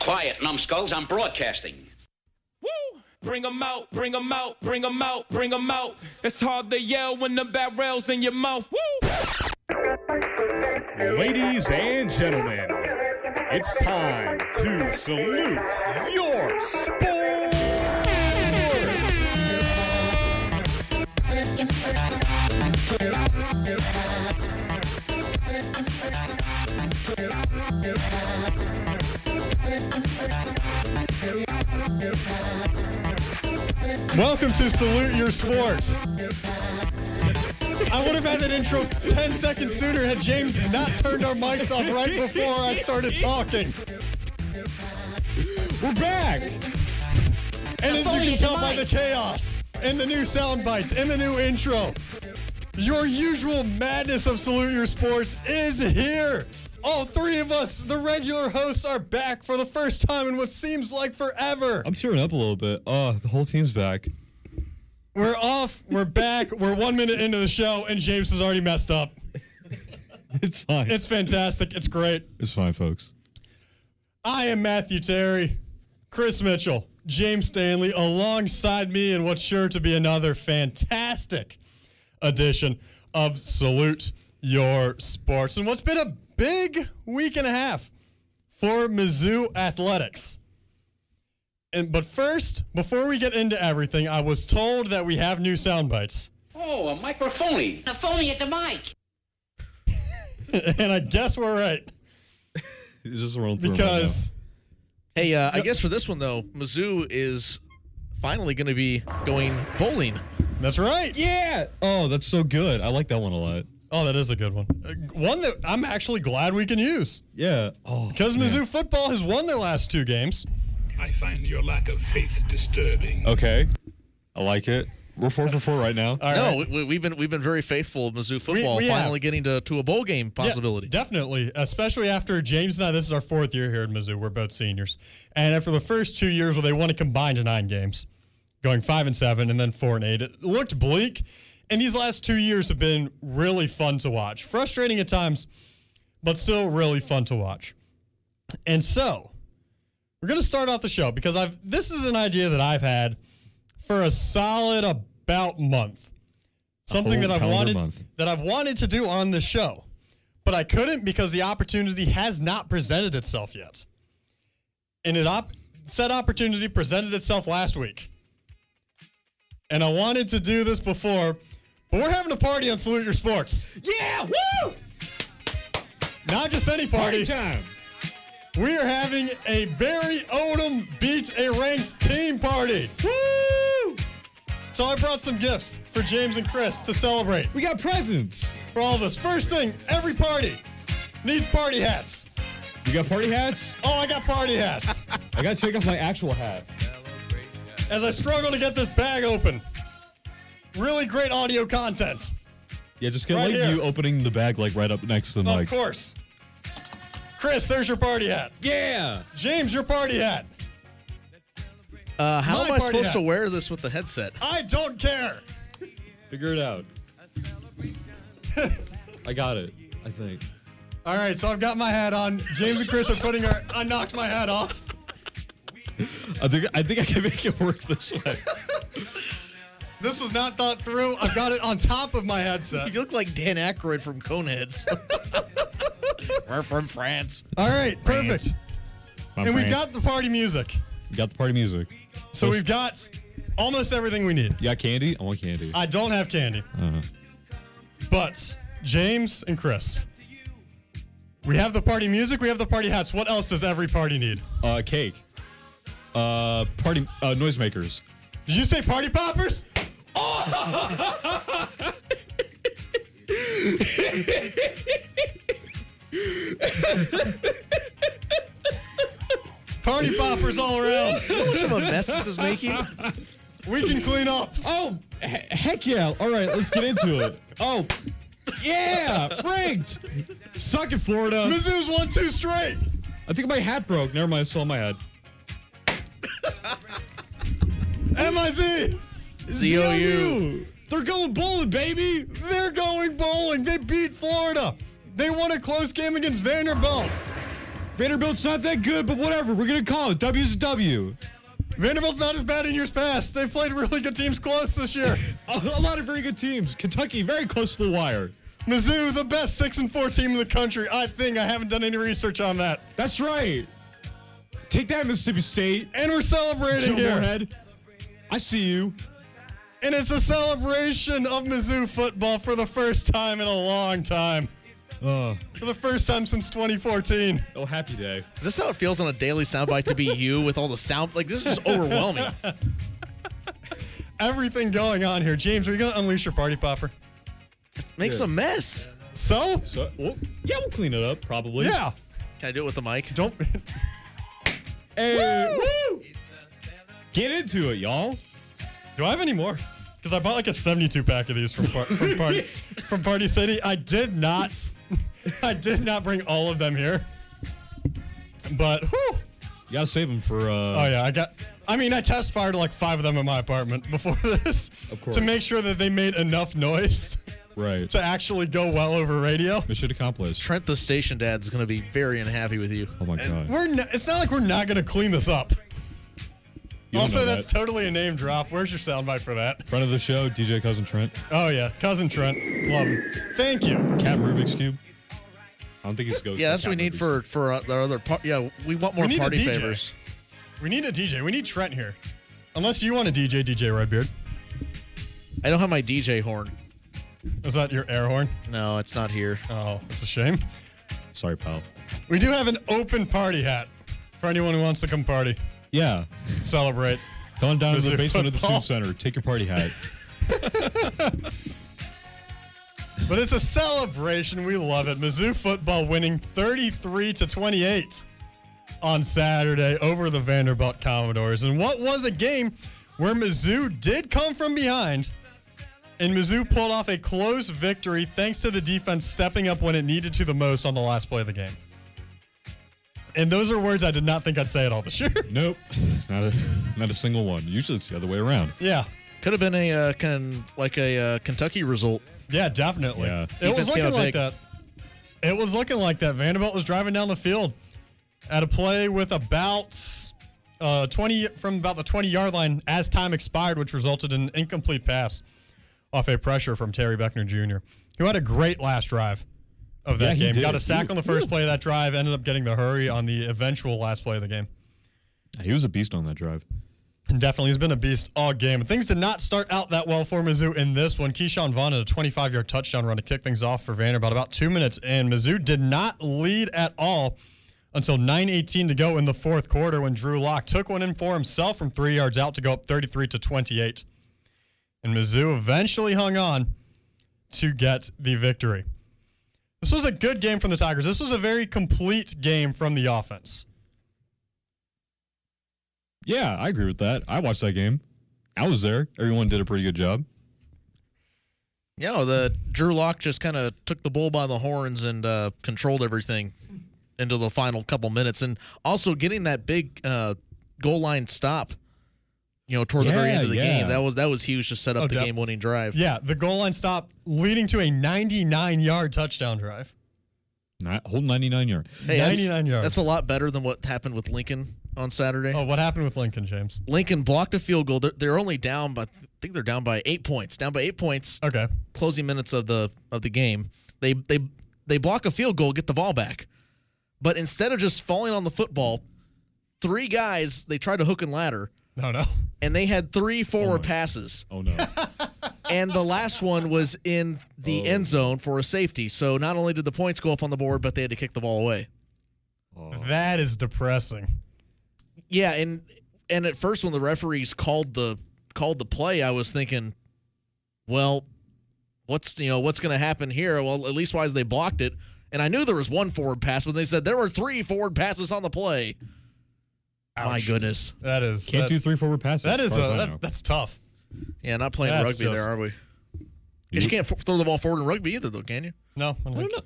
Quiet, numbskulls, I'm broadcasting. Woo! Bring 'em out, bring 'em out, bring 'em out, bring 'em out. It's hard to yell when the barrel's in your mouth. Woo! Ladies and gentlemen, it's time to salute your sport. Welcome to Salute Your Sports. I would have had that intro 10 seconds sooner had James not turned our mics off right before I started talking. We're back. And as you can Affiliate tell by mic. the chaos and the new sound bites and the new intro, your usual madness of Salute Your Sports is here. All three of us, the regular hosts, are back for the first time in what seems like forever. I'm tearing up a little bit. Oh, the whole team's back. We're off, we're back, we're one minute into the show, and James has already messed up. It's fine. It's fantastic, it's great. It's fine, folks. I am Matthew Terry, Chris Mitchell, James Stanley, alongside me in what's sure to be another fantastic edition of Salute Your Sports. And what's been a big week and a half for Mizzou Athletics. And but first, before we get into everything, I was told that we have new sound bites. Oh, a microphony. A phony at the mic. and I guess we're right. It's just rolling through 'em right now. Because Hey, uh, I guess for this one though, Mizzou is finally going to be going bowling. that's right. yeah. Oh, that's so good. I like that one a lot. Oh, that is a good one. Uh, One that I'm actually glad we can use. Yeah. Oh, Because man. Mizzou football has won their last two games. I find your lack of faith disturbing. Okay. I like it. We're four for four right now. All no, right. we, we've been we've been very faithful of Mizzou football. we have. finally getting to, to a bowl game Yeah, possibility. definitely. Especially after James and I, this is our fourth year here at Mizzou. We're both seniors. And after the first two years where they won a combined nine games, going five and seven and then four and eight, it looked bleak. And these last two years have been really fun to watch. Frustrating at times, but still really fun to watch. And so we're going to start off the show because I've this is an idea that I've had for a solid about month. Something whole that I've calendar wanted month. that I've wanted to do on the show, but I couldn't because the opportunity has not presented itself yet. And it op- said opportunity presented itself last week. And I wanted to do this before, but we're having a party on Salute Your Sports. Yeah, woo! Not just any Party party. time. We are having a Barry Odom beats a ranked team party. Woo! So I brought some gifts for James and Chris to celebrate We got presents. for all of us. First thing, every party needs party hats. We got party hats. Oh, I got party hats. I gotta take off my actual hat. As I struggle to get this bag open. Really great audio contents. Yeah, just get Right like here. you opening the bag like right up next to the Of mic. course. Chris, there's your party hat. Yeah. James, your party hat. Uh, how My am I party supposed hat. to wear this with the headset? I don't care. Figure it out. I got it. I think. All right, so I've got my hat on. James and Chris are putting our. I knocked my hat off. I think I think I can make it work this way. This was not thought through. I've got it on top of my headset. You look like Dan Aykroyd from Coneheads. We're from France. All right, perfect. My And we've friend. got the party music. We got the party music. So we've got almost everything we need. You got candy? I want candy. I don't have candy. But James and Chris, we have the party music, we have the party hats. What else does every party need? Uh, cake. Uh, party uh, noisemakers. Did you say party poppers? party poppers all around. How much of a mess this is making? All We can clean up. Oh, he- heck yeah! All right, let's get into it. Oh, yeah, ranked. Suck it, Florida. Mizzou's won two straight. I think my hat broke. Never mind, it's still on my head. MIZ, ZOU. They're going bowling, baby. they're going bowling. They beat Florida. They won a close game against Vanderbilt. Vanderbilt's not that good, but whatever. We're gonna call it. W's a W. Vanderbilt's not as bad in years past. They played really good teams close this year. A, a lot of very good teams. Kentucky, very close to the wire. Mizzou, the best six and four team in the country. I think I haven't done any research on that. That's right. Take that, Mississippi State. And we're celebrating Joe here. Moorhead. I see you. And it's a celebration of Mizzou football for the first time in a long time. For the first time since 2014. Oh, happy day. Is this how it feels on a daily soundbite to be you with all the sound? Like this is just overwhelming. Everything going on here. James, are you going to unleash your party popper? Makes a mess. So? So, well, yeah, we'll clean it up probably. Yeah. Can I do it with the mic? Don't. Hey, woo! Get into it, y'all. Do I have any more? Because I bought like a 72 pack of these from, par- from, party, from Party City. I did not. I did not bring all of them here. But, whew. You gotta save them for. Uh, Oh yeah, I got. I mean, I test fired like five of them in my apartment before this, Of course. to make sure that they made enough noise Right. to actually go well over radio. Mission accomplished. Trent, the station dad's gonna be very unhappy with you. Oh my god. We're. N- it's not like we're not gonna clean this up. You don't also, know that's that. totally a name drop. Where's your soundbite for that? friend of the show, DJ cousin Trent, Oh yeah, cousin Trent, love him. Thank you. Cat Rubik's Cube. I don't think he's going. Yeah, that's what we need for for uh, our other part. Yeah, we want more We need a party DJ. favors. We need a DJ. We need Trent here. Unless you want a DJ, DJ Redbeard. I don't have my DJ horn. Is that your air horn? No, it's not here. Oh, it's a shame. Sorry, pal. We do have an open party hat for anyone who wants to come party, Yeah, celebrate. come down to Mr. the basement of the Football. student center. Take your party hat. But it's a celebration. We love it. Mizzou football winning 33 to 28 on Saturday over the Vanderbilt Commodores. And what was a game where Mizzou did come from behind and Mizzou pulled off a close victory thanks to the defense stepping up when it needed to the most on the last play of the game. And those are words I did not think I'd say at all this year. nope, not a not a single one. Usually it's the other way around. yeah. Could have been a uh, can like a uh, Kentucky result. Yeah, definitely. Yeah. It was Defense came looking up like big. that. It was looking like that. Vanderbilt was driving down the field at a play with about uh, 20 from about the 20 yard line as time expired, which resulted in an incomplete pass off a pressure from Terry Beckner Jr., who had a great last drive of Yeah, that he game. did. Got a sack He- on the first play of that drive, ended up getting the hurry on the eventual last play of the game. He was a beast on that drive. And Definitely, he's been a beast all game. Things did not start out that well for Mizzou in this one. Keyshawn Vaughn had a 25-yard touchdown run to kick things off for Vanderbilt about two minutes in. Mizzou did not lead at all until 9:18 to go in the fourth quarter when Drew Locke took one in for himself from three yards out to go up 33 to 28. And Mizzou eventually hung on to get the victory. This was a good game from the Tigers. This was a very complete game from the offense. Yeah, I agree with that. I watched that game. I was there. Everyone did a pretty good job. Yeah, the Drew Lock just kind of took the bull by the horns and uh, controlled everything into the final couple minutes, and also getting that big uh, goal line stop. You know, toward the very Yeah, end of the yeah. game, that was that was huge to set up Oh, the def- game winning drive. Yeah, the goal line stop leading to a 99 yard touchdown drive. Not whole 99 yard. Hey, that's- 99 yards. That's a lot better than what happened with Lincoln on Saturday. Oh, what happened with Lincoln, James? Lincoln blocked a field goal. They're, they're only down, by, I think they're down by eight points. Down by eight points, Okay. closing minutes of the of the game. They they they block a field goal, get the ball back, but instead of just falling on the football, three guys they tried to hook and ladder, No, no. and they had three forward my- passes, Oh no. and the last one was in the Oh. end zone for a safety. So not only did the points go up on the board, but they had to kick the ball away. Oh. That is depressing. Yeah, and and at first when the referees called the called the play, I was thinking, well, what's you know what's going to happen here? Well, at least why is they blocked it? And I knew there was one forward pass, but they said there were three forward passes on the play. My goodness, That is. Can't that- do three forward passes. That as is. far as A, I that- know. that's tough. yeah, not playing That's rugby just- there, are we? 'Cause You can't f- throw the ball forward in rugby either, though, can you? No, I don't, know.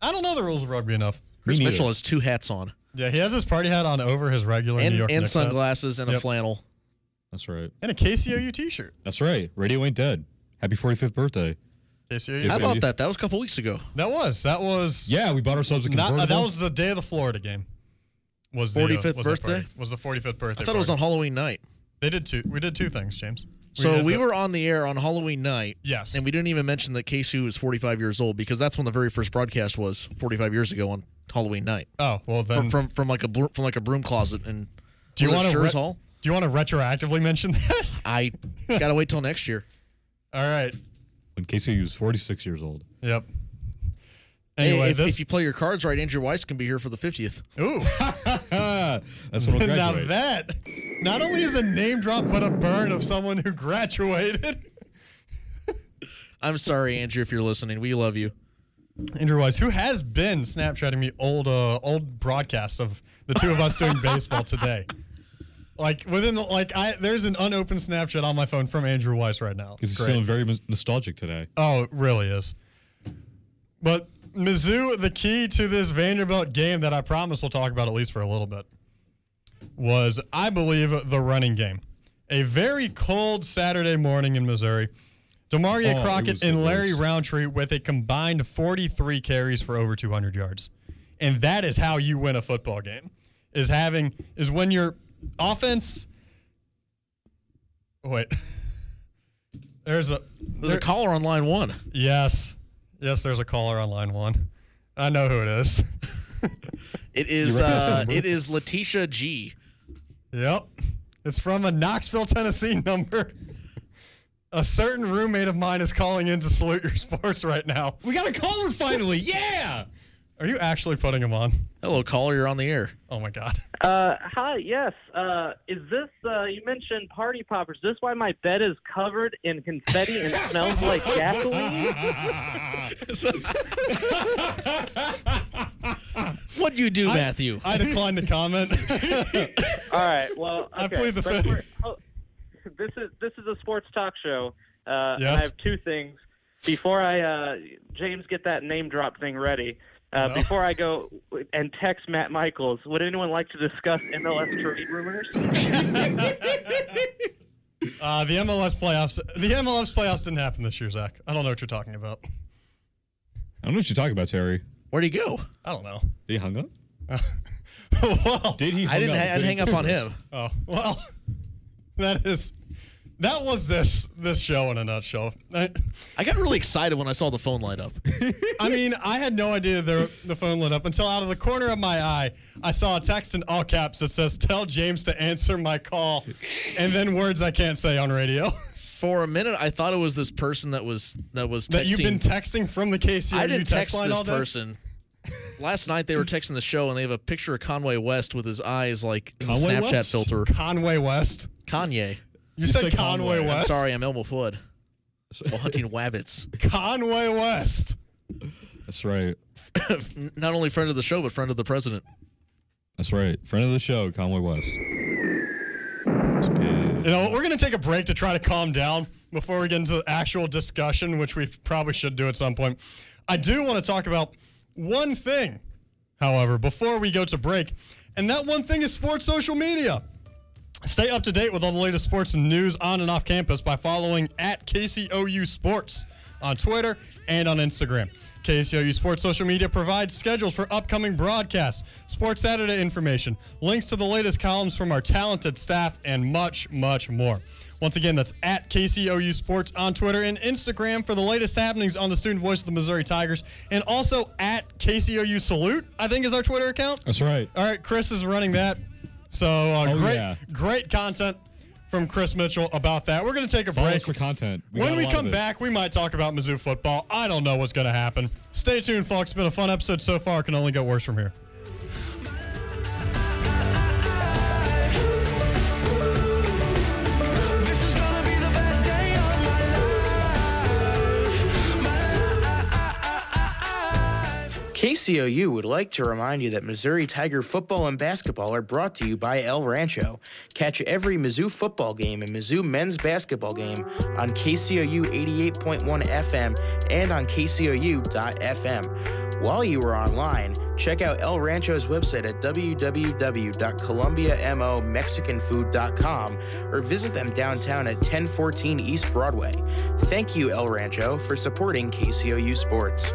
I don't know the rules of rugby enough. Chris neither. Mitchell has two hats on Yeah, he has his party hat on over his regular and New York and Knicks hat. sunglasses and Yep. a flannel. That's right. and a KCOU T-shirt. That's right. Radio ain't dead. Happy 45th birthday. KCU. How KCU. about that? That was a couple weeks ago. That was that was Yeah, we bought ourselves a not, convertible. uh, that was the day of the Florida game. Was the, uh, was 45th the birthday? party- was the 45th birthday? I thought it was on party. Halloween night. They did two. We did two things, James. So did we the- were on the air on Halloween night. Yes. And we didn't even mention that KSU is 45 years old because that's when the very first broadcast was 45 years ago on Halloween night. Oh well, From then. from, from like a bro- from like a broom closet and do you want to Scherz Hall? Do you want to retroactively mention that? I gotta wait till next year. All right. when KCU was 46 years old. Yep. Hey, Anyway, if, this. if you play your cards right, Andrew Weiss can be here for the 50th. ooh. That's when I now graduated. that not only is a name drop, but a burn of someone who graduated. I'm sorry, Andrew, if you're listening. We love you. Andrew Weiss, who has been Snapchatting me old uh, old broadcasts of the two of us doing baseball today. Like within the, like I there's an unopened Snapchat on my phone from Andrew Weiss right now. He's feeling very mis- nostalgic today. Oh, it really is. But Mizzou, the key to this Vanderbilt game that I promise we'll talk about at least for a little bit was, I believe, the running game. A very cold Saturday morning in Missouri. Demaria Oh, it was Crockett the and Larry worst. Roundtree with a combined 43 carries for over 200 yards. And that is how you win a football game. Is having is when your offense Wait. There's a There's a caller on line one. Yes. Yes, there's a caller on line one. I know who it is. It is uh, it is Letitia G. Yep. It's from a Knoxville, Tennessee number. A certain roommate of mine is calling in to salute your sports right now. we got a caller finally. Yeah. Are you actually putting him on? Hello, caller. You're on the air. Oh my God. Uh, hi, yes. Uh, is this, uh, you mentioned party poppers. Is this why my bed is covered in confetti and smells like gasoline? What do you do, Matthew? I declined to comment. All right, well, okay. I plead the but fifth. we're- oh, this, is, this is a sports talk show. Uh, and I Yes. have two things. Before I, uh, James, get that name drop thing ready. Uh, Before I go and text Matt Michaels, would anyone like to discuss MLS trade rumors? Uh, the MLS playoffs. The MLS playoffs didn't happen this year, Zach. I don't know what you're talking about. I don't know what you're talking about, Terry. Where'd he go? I don't know. Did he hung up? well, Did he? I hung up? didn't, ha- I Did didn't he- hang up on him. Oh well, that is that was this this show in a nutshell. I, I got really excited when I saw the phone light up. I mean, I had no idea the the phone lit up until out of the corner of my eye, I saw a text in all caps that says "Tell James to answer my call," and then words I can't say on radio For a minute, I thought it was this person that was that was texting. that you've been texting from the KCRU I didn't text, text, line this all day. person. Last night they were texting the show and they have a picture of Conway West with his eyes like in the Conway Snapchat West? filter. Conway West. Kanye. You, said, said Conway, Conway. I'm I'm West. sorry, I'm Elmo Fudd. While hunting wabbits. Conway West. That's right. Not only friend of the show, but friend of the president. That's right. Friend of the show, Conway West. You know, we're going to take a break to try to calm down before we get into the actual discussion, which we probably should do at some point. I do want to talk about one thing, however, before we go to break, and that one thing is sports social media. Stay up to date with all the latest sports and news on and off campus by following at KCOU Sports on Twitter and on Instagram. KCOU Sports social media provides schedules for upcoming broadcasts, Sports Saturday information, links to the latest columns from our talented staff, and much, much more. Once again, that's at KCOU Sports on Twitter and Instagram for the latest happenings on the student voice of the Missouri Tigers, and also at KCOU Salute, I think is our Twitter account. That's right. All right, Chris is running that. So uh, Oh, great, yeah. great content from Chris Mitchell about that. We're going to take a Follow break. us for content. got when a we lot of come it. back, we might talk about Mizzou football. I don't know what's going to happen. Stay tuned, folks. It's been a fun episode so far. It can only get worse from here. KCOU would like to remind you that Missouri Tiger football and basketball are brought to you by El Rancho. Catch every Mizzou football game and Mizzou men's basketball game on KCOU 88.1 FM and on KCOU.FM. While you are online, check out El Rancho's website at www.columbiamomexicanfood.com or visit them downtown at 1014 East Broadway. Thank you, El Rancho, for supporting KCOU Sports.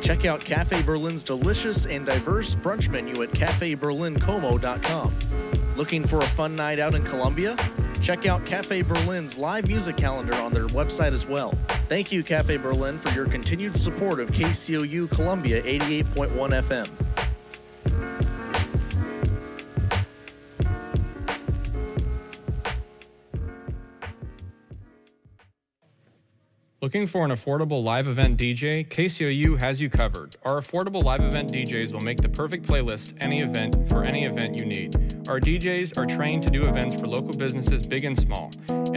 Check out Cafe Berlin's delicious and diverse brunch menu at cafeberlincomo.com. Looking for a fun night out in Columbia? Check out Cafe Berlin's live music calendar on their website as well. Thank you, Cafe Berlin, for your continued support of KCOU Columbia 88.1 FM. Looking for an affordable live event DJ? KCOU has you covered. Our affordable live event DJs will make the perfect playlist any event for any event you need. Our DJs are trained to do events for local businesses big and small,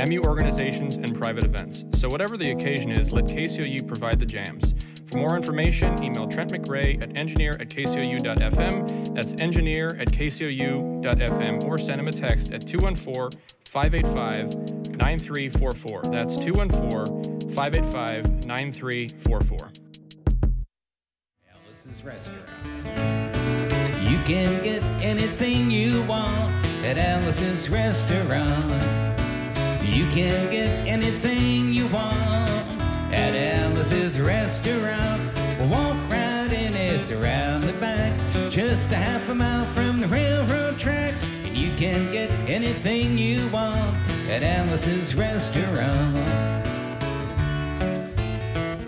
MU organizations, and private events. So whatever the occasion is, let KCOU provide the jams. For more information, email Trent McRae at engineer at kcou.fm. That's engineer at kcou.fm or send him a text at 214 585 9344. That's 214 585 9344. Alice's Restaurant. You can get anything you want at Alice's Restaurant. You can get anything you want at Alice's Restaurant. We'll walk right in, it's around the back, just a half a mile from the railroad track. And you can get anything you want at Alice's Restaurant.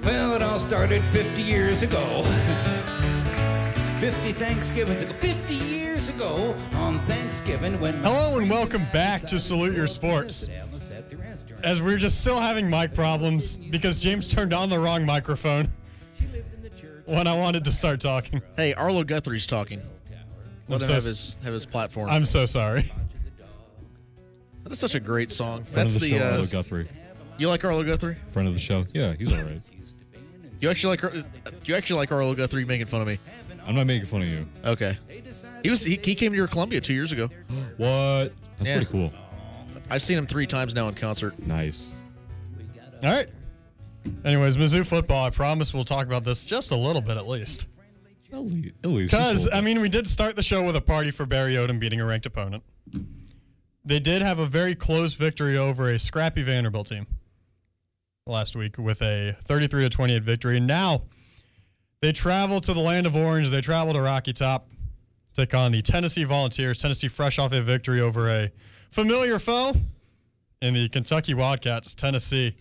Well, it all started 50 years ago. 50 Thanksgivings ago. 50 years ago on Thanksgiving when my Hello and welcome back to Salute Your Sports. was at the restaurant. As we're just still having mic problems because James turned on the wrong microphone when I wanted to start talking. Hey, Arlo Guthrie's talking. Let I'm him so have s- his, have his platform. I'm so sorry. That is such a great song. Friend That's of the, the. show, Arlo uh, Guthrie. you like Arlo Guthrie? Friend of the show. Yeah, he's all right. You actually like? Ar- You actually like Arlo Guthrie You're making fun of me? I'm not making fun of you. Okay. He was. He, he came to your Columbia two years ago. What? That's Yeah. pretty cool. I've seen him three times now in concert. Nice. All right. Anyways, Mizzou football, I promise we'll talk about this just a little bit at least. Because, I mean, we did start the show with a party for Barry Odom beating a ranked opponent. They did have a very close victory over a scrappy Vanderbilt team last week with a 33 to 28 victory. And now they travel to the land of Orange. They travel to Rocky Top, take on the Tennessee Volunteers. Tennessee fresh off a victory over a familiar foe in the Kentucky Wildcats. Tennessee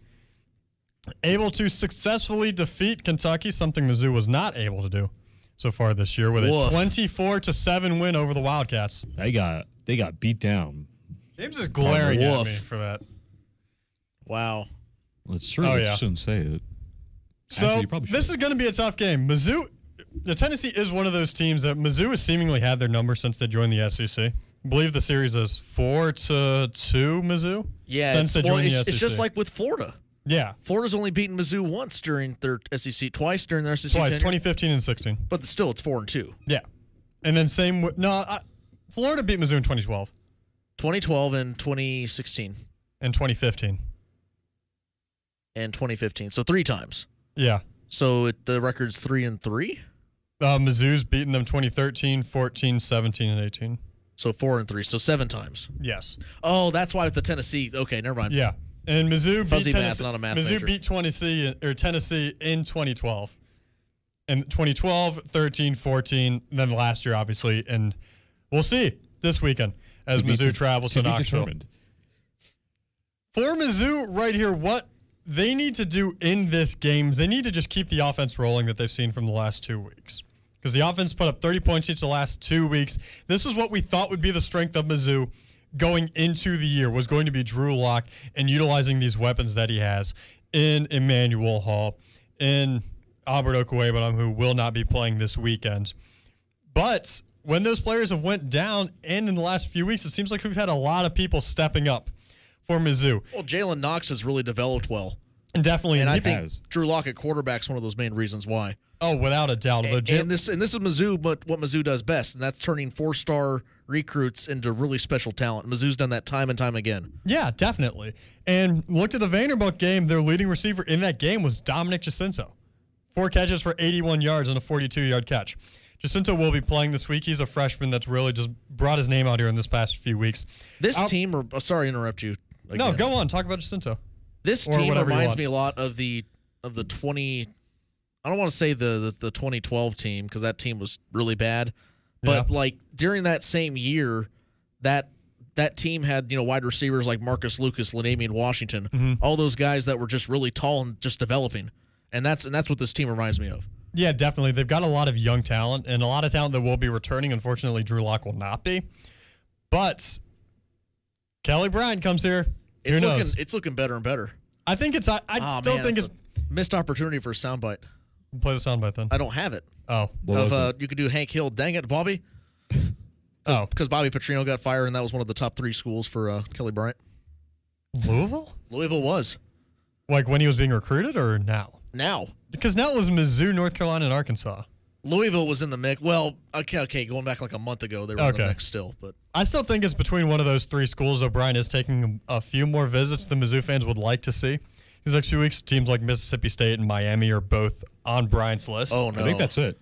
able to successfully defeat Kentucky, something Mizzou was not able to do so far this year with a Woof. 24 to 7 win over the Wildcats. They got they got beat down. James is glaring at Woof. me for that. Wow. Let's sure Oh, we yeah. shouldn't say it. So Actually, you probably this is should. going to be a tough game. Mizzou, the Tennessee is one of those teams that Mizzou has seemingly had their number since they joined the SEC. I believe the series is four to two Mizzou. Yeah. since they it's, well, joined it's, the it's SEC. just like with Florida. yeah, Florida's only beaten Mizzou once during their SEC, twice during their SEC. twice, tenure, 2015 and 16. But still, it's four and two. Yeah, and then same with no, I, Florida beat Mizzou in 2012 2012 and 2016 and 2015. and 2015. So three times. Yeah, So it, the record's three and three. uh, Mizzou's beaten them 2013, 14, 17, and 18. So four and three. So seven times. Yes. Oh, that's why with the Tennessee. Okay, never mind. Yeah. And Mizzou Fuzzy beat math, Tennessee, not a math Mizzou major. beat Tennessee in, or Tennessee in 2012. And 2012, 13, 14, and then last year obviously and we'll see this weekend as To be Mizzou de- travels to, be Knoxville. determined. For Mizzou right here what they need to do in this game, is they need to just keep the offense rolling that they've seen from the last 2 weeks. Because the offense put up 30 points each the last two weeks. This is what we thought would be the strength of Mizzou going into the year was going to be Drew Lock and utilizing these weapons that he has in Emmanuel Hall, in Albert Okuebanam, who will not be playing this weekend. But when those players have went down, and in the last few weeks, it seems like we've had a lot of people stepping up for Mizzou. Well, Jalen Knox has really developed well. Definitely, and I he think has. Drew Lockett quarterback's one of those main reasons why. Oh, without a doubt. And, and this and this is Mizzou, but what Mizzou does best, and that's turning four star recruits into really special talent. Mizzou's done that time and time again. Yeah, definitely. And looked at the Vanderbilt game. Their leading receiver in that game was Dominic Jacinto. Four catches for 81 yards and a 42 yard catch. Jacinto will be playing this week. He's a freshman that's really just brought his name out here in this past few weeks. This team, or oh, sorry, to interrupt you. No, again. go on. Talk about Jacinto. This Or team whatever you reminds want. me a lot of the of the twenty. I don't want to say the the, the 2012 team because that team was really bad, but like during that same year, that that team had you know wide receivers like Marcus Lucas, Ladainian Washington, Mhm. all those guys that were just really tall and just developing, and that's and that's what this team reminds me of. Yeah, definitely. They've got a lot of young talent and a lot of talent that will be returning. Unfortunately, Drew Lock will not be. But Kelly Bryant comes here. It's Who knows? looking it's looking better and better. I think it's. I, I Aw, still man, think that's it's. a missed opportunity for a soundbite. Play the soundbite then. I don't have it. Oh, of uh, you could do Hank Hill. Dang it, Bobby. Oh, because Bobby Petrino got fired, and that was one of the top three schools for uh, Kelly Bryant. Louisville? Louisville was Like when he was being recruited or now? now. Because now it was Mizzou, North Carolina, and Arkansas. Louisville was in the mix. Well, okay, okay, going back like a month ago, they were in the Okay. mix still. But I still think it's between one of those three schools. O'Brien is taking a few more visits than Mizzou fans would like to see. These next few weeks, teams like Mississippi State and Miami are both on Bryant's list. Oh, no. I think that's it.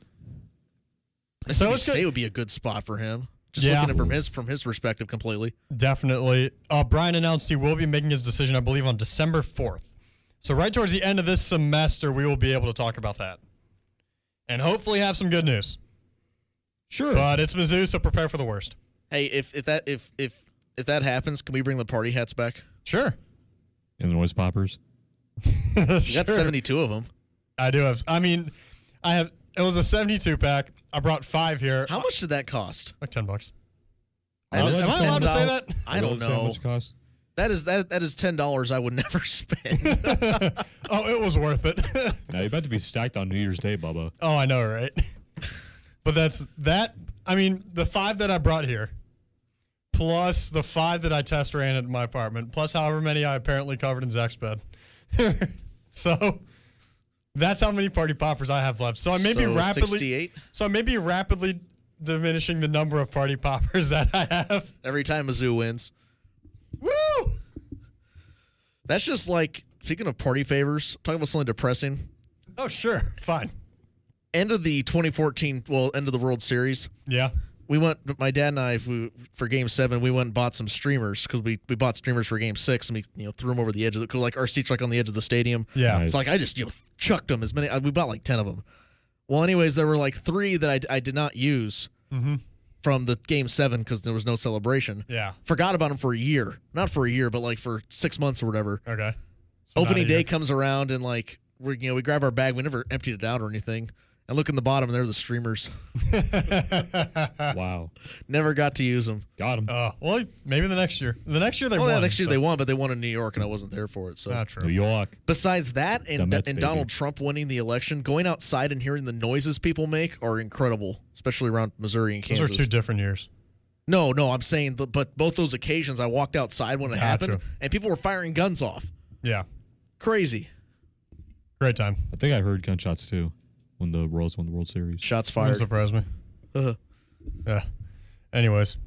Mississippi it's good- State would be a good spot for him. Just Yeah. looking at it from his from his perspective completely. Definitely. Uh, Brian announced he will be making his decision, I believe, on December 4th. So, right towards the end of this semester, we will be able to talk about that and hopefully have some good news. Sure. But it's Mizzou, so prepare for the worst. Hey, if if that if if if that happens, can we bring the party hats back? Sure. And the noise poppers. You got seventy two of them. I do have, I mean, I have, it was a 72 pack. I brought five here. How much did that cost? Like 10 bucks. That Am is I allowed to say $10. that? I don't Does it say how know. much it That is that that is ten dollars I would never spend. Oh, it was worth it. Now you're about to be stacked on New Year's Day, Bubba. oh, I know, right? but that's that. I mean, the five that I brought here, plus the five that I test ran at my apartment, plus however many I apparently covered in Zach's bed. so that's how many party poppers I have left. So I may be So, rapidly. 68? So I may be rapidly diminishing the number of party poppers that I have. Every time Mizzou wins. Woo! That's just like speaking of party favors, talking about something depressing. Oh, sure. Fine. End of the 2014, well, end of the World Series. Yeah. We went, my dad and I, we, for Game Seven, we went and bought some streamers because we, we bought streamers for Game Six, and we you know threw them over the edge of the 'cause, like our seats were, like on the edge of the stadium. Yeah. it's like I just you know chucked them as many. We bought like ten of them. Well, anyways, there were like three that I, I did not use Mm-hmm. from the Game Seven because there was no celebration. Yeah. Forgot about them for a year, not for a year, but like for six months or whatever. Okay. not opening a day year. comes around and like we you know we grab our bag we never emptied it out or anything and look in the bottom and they're the streamers wow never got to use them got them Uh, well, maybe the next year. The next year they well won. yeah, next year so- they won Oh, but they won in new york and i wasn't there for it so Not true. New York. besides that and, Dumb Mets, and baby. donald trump winning the election going outside and hearing the noises people make are incredible especially around missouri and Those kansas are two different years. no no i'm saying the, but both those occasions i walked outside when it Not happened true. and people were firing guns off Yeah. crazy Great time. I think I heard gunshots too when the Royals won the World Series. Shots Wouldn't surprise me. Uh-huh. Yeah. Anyways.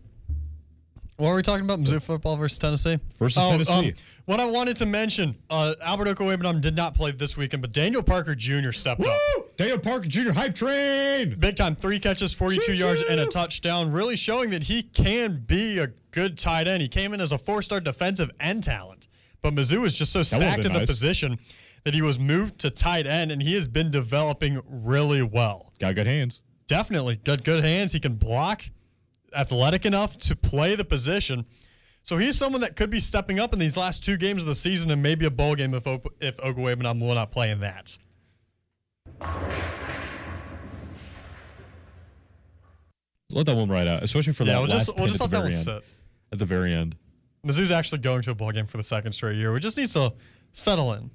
What were we talking about? Mizzou football versus Tennessee? Oh, um, Versus Tennessee. what I wanted to mention, uh, Albert Okwebunam did not play this weekend, but Daniel Parker Jr. stepped up. Daniel Parker Jr. hype train! Big time. Three catches, 42 yards, and a touchdown, really showing that he can be a good tight end. He came in as a four-star defensive end talent, but Mizzou was just so That would've stacked been in the nice. position that he was moved to tight end, and he has been developing really well. Got good hands. Definitely. Got good hands. He can block, athletic enough to play the position. So he's someone that could be stepping up in these last two games of the season and maybe a bowl game if, Op- if Ogwebanam will not play in that. Let that one right out, especially for Yeah, that we'll last just- we'll pin just at the let very that one end. At the very end. Mizzou's actually going to a bowl game for the second straight year. We just need to settle in.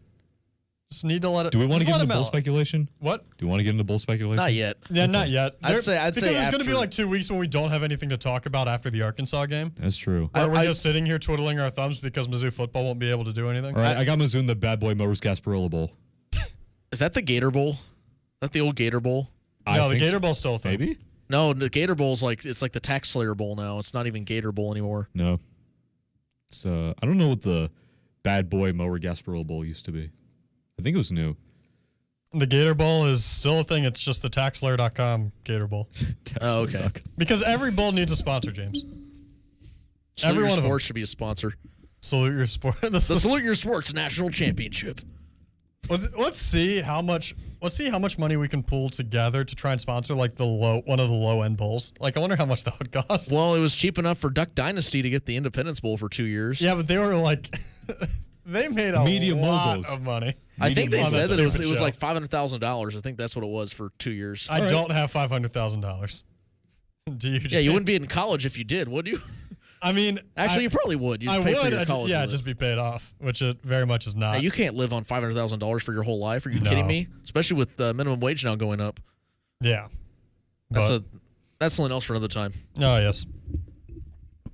Just need to let it. Do we want to just get let into it bull mellow. speculation? What? Do you want to get into bull speculation? Not yet. Yeah, not yet. I'd say- I'd because say there's going to be after- like two weeks when we don't have anything to talk about after the Arkansas game. That's true. Where we're just sitting here twiddling our thumbs because Mizzou football won't be able to do anything. All right, I, got Mizzou in the Bad Boy Motors Gasparilla Bowl. Is that the Gator Bowl? Is that the old Gator Bowl? I No, the think- Gator Bowl's still a thing. Maybe? No, the Gator Bowl's like it's like the Tax Slayer Bowl now. It's not even Gator Bowl anymore. No. It's uh, I don't know what the Bad Boy Mower Gasparilla Bowl used to be. I think it was new. The Gator Bowl is still a thing. It's just the taxlayer.com Gator Bowl. Oh, okay. Because every bowl needs a sponsor, James. Salute Every Your one of them. Sports should be a sponsor. Salute your sport. The The sal- Salute Your Sports National Championship. let's, let's see how much. Let's see how much money we can pool together to try and sponsor like the low one of the low end bowls. Like I wonder how much that would cost. Well, it was cheap enough for Duck Dynasty to get the Independence Bowl for two years. Yeah, but they were like, they made a Media lot moguls. of money. I think they On said that it was, stupid it was show. like five hundred thousand dollars. I think that's what it was for two years. I don't have five hundred thousand dollars. Do you? Yeah, you wouldn't be in college if you did, would you? I mean, I- Actually, you probably would. You'd I pay for would. your I ju- college yeah, with it. just be paid off, which it very much is Now, not. you can't live on five hundred thousand dollars for your whole life. Are you No. kidding me? Especially with the minimum wage now going up. Yeah. That's But- a that's something else for another time. Oh yes.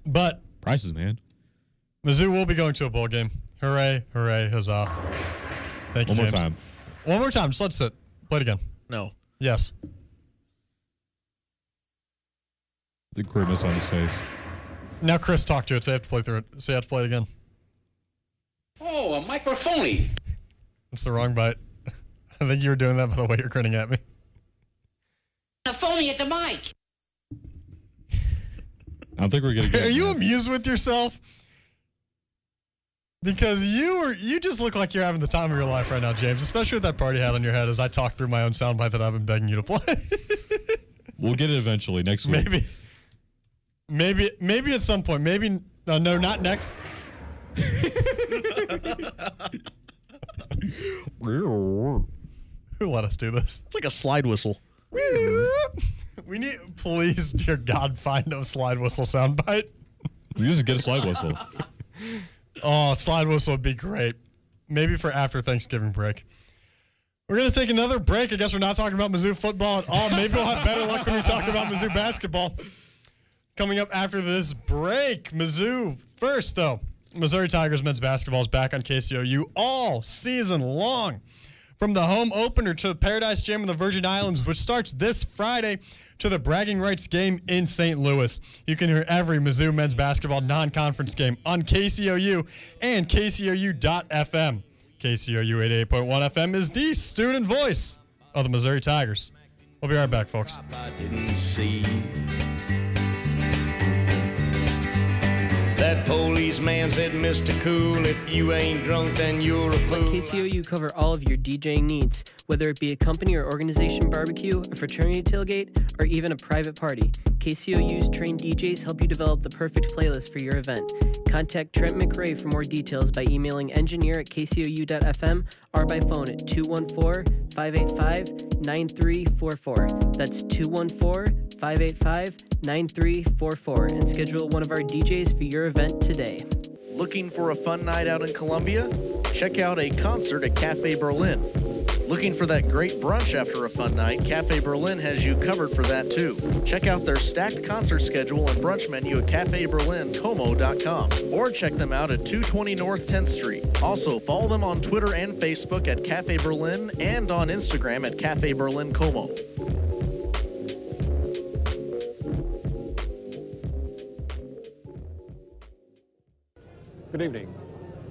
But prices, man. Mizzou will be going to a bowl game. Hooray! Hooray! Huzzah! Thank One you, more James. time. One more time. Just let's sit. Play it again. No. Yes. The grimace on his face. Now Chris talked to it, so I have to play through it. So you have to play it again. Oh, a microphony. It's the wrong bite. I think you were doing that by the way you're grinning at me. A phony at the mic. I don't think we're gonna Are get. you amused with yourself? Because you are you just look like you're having the time of your life right now, James, especially with that party hat on your head as I talk through my own soundbite that I've been begging you to play. we'll get it eventually next week. maybe maybe maybe at some point. Maybe uh, no, not next. Who let us do this? It's like a slide whistle. We need please, dear God, find a slide whistle soundbite. You just get a slide whistle. Oh, slide whistle would be great. Maybe for after Thanksgiving break. We're gonna take another break. I guess we're not talking about Mizzou football at all. Maybe we'll have better luck when we talk about Mizzou basketball. Coming up after this break, Mizzou first though. Missouri Tigers men's basketball is back on KCOU all season long. From the home opener to the Paradise Jam in the Virgin Islands, which starts this Friday, to the bragging rights game in St. Louis. You can hear every Mizzou men's basketball non conference game on KCOU and KCOU.FM. KCOU 88.1 FM is the student voice of the Missouri Tigers. We'll be right back, folks. I didn't see. That policeman said, Mr. Cool, if you ain't drunk, then you're a fool. KCOU cover all of your DJing needs, whether it be a company or organization barbecue, a fraternity tailgate, or even a private party. KCOU's trained DJs help you develop the perfect playlist for your event. Contact Trent McRae for more details by emailing engineer at kcou.fm or by phone at 214 585 9344. That's 214 585 9344 and schedule one of our DJs for your event today. Looking for a fun night out in Columbia? Check out a concert at Cafe Berlin. Looking for that great brunch after a fun night? Cafe Berlin has you covered for that too. Check out their stacked concert schedule and brunch menu at cafeberlincomo.com or check them out at 220 North 10th Street. Also, follow them on Twitter and Facebook at Cafe Berlin and on Instagram at Cafe Berlin Como. Good evening.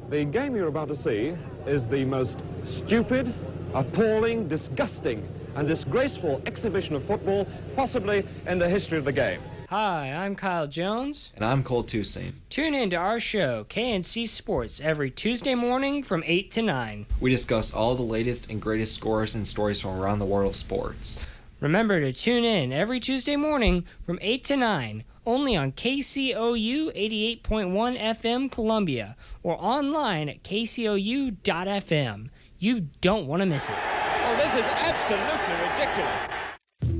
The game you're about to see is the most stupid, appalling, disgusting, and disgraceful exhibition of football possibly in the history of the game. Hi, I'm Kyle Jones. And I'm Cole Toussaint. Tune in to our show, KNC Sports, every Tuesday morning from 8 to 9. We discuss all the latest and greatest scores and stories from around the world of sports. Remember to tune in every Tuesday morning from 8 to 9, only on KCOU 88.1 FM Columbia or online at kcou.fm. You don't want to miss it. Oh, this is absolutely ridiculous.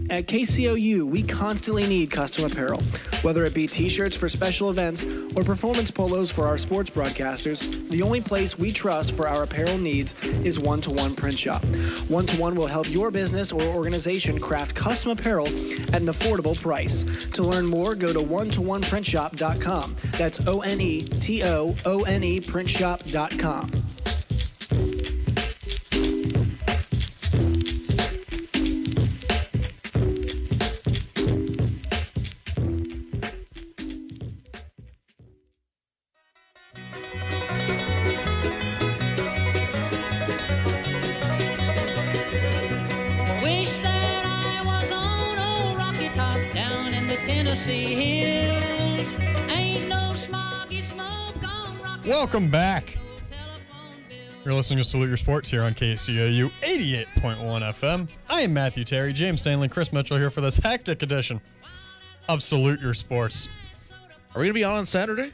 At KCOU, we constantly need custom apparel, whether it be t shirts for special events or performance polos for our sports broadcasters. The only place we trust for our apparel needs is One to One Print Shop. One to One will help your business or organization craft custom apparel at an affordable price. To learn more, go to one to one printshop.com. That's O N E T O O N E printshop.com. Wish that I was on old Rocky Top down in the Tennessee hills. Ain't no smoggy smoke on Rocky Welcome back. You're listening to Salute Your Sports here on KCOU 88.1 FM. I am Matthew Terry, James Stanley, Chris Mitchell here for this hectic edition of Salute Your Sports. Are we gonna be on on Saturday?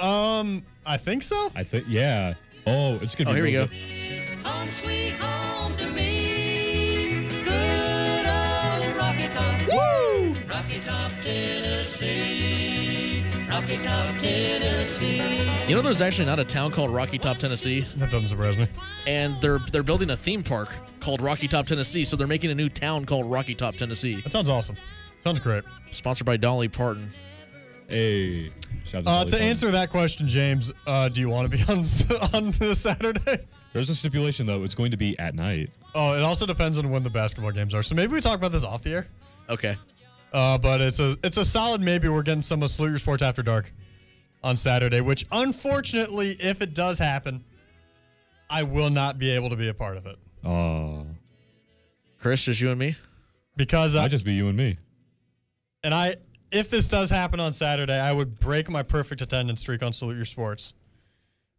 Um, I think so. I think yeah. Oh, it's gonna Oh, be. here we real go. good. Home sweet home to me. Good old Rocky Top. Woo! Rocky Top, Tennessee. Rocky Top, Tennessee. You know, there's actually not a town called Rocky Top, Tennessee. That doesn't surprise me. And they're they're building a theme park called Rocky Top, Tennessee. So they're making a new town called Rocky Top, Tennessee. That sounds awesome. Sounds great. Sponsored by Dolly Parton. Hey. Uh, to answer that question, James, uh, do you want to be on s- on the Saturday? There's a stipulation though. It's going to be at night. Oh, it also depends on when the basketball games are. So maybe we talk about this off the air. Okay. Uh, but it's a it's a solid maybe. We're getting some of Salute Your Sports After Dark on Saturday, which unfortunately, if it does happen, I will not be able to be a part of it Oh. Chris, just you and me. because uh, Might just be you and me. and I if this does happen on Saturday, I would break my perfect attendance streak on Salute Your Sports.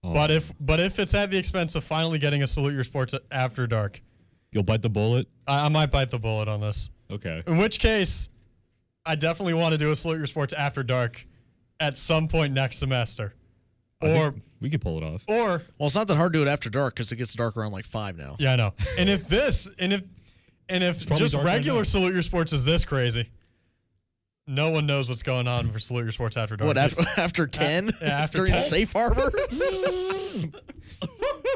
Oh. But if but if it's at the expense of finally getting a Salute Your Sports After Dark, you'll bite the bullet. I, I might bite the bullet on this. Okay. In which case, I definitely want to do a Salute Your Sports After Dark at some point next semester. Or we could pull it off. Or well, it's not that hard to do it after dark because it gets dark around like five now. Yeah, I know. And if this and if and if probably just dark right regular now. Salute Your Sports is this crazy, no one knows what's going on for Salute Your Sports After Dark. What after Just- after a- ten? yeah, after during 10? the safe harbor.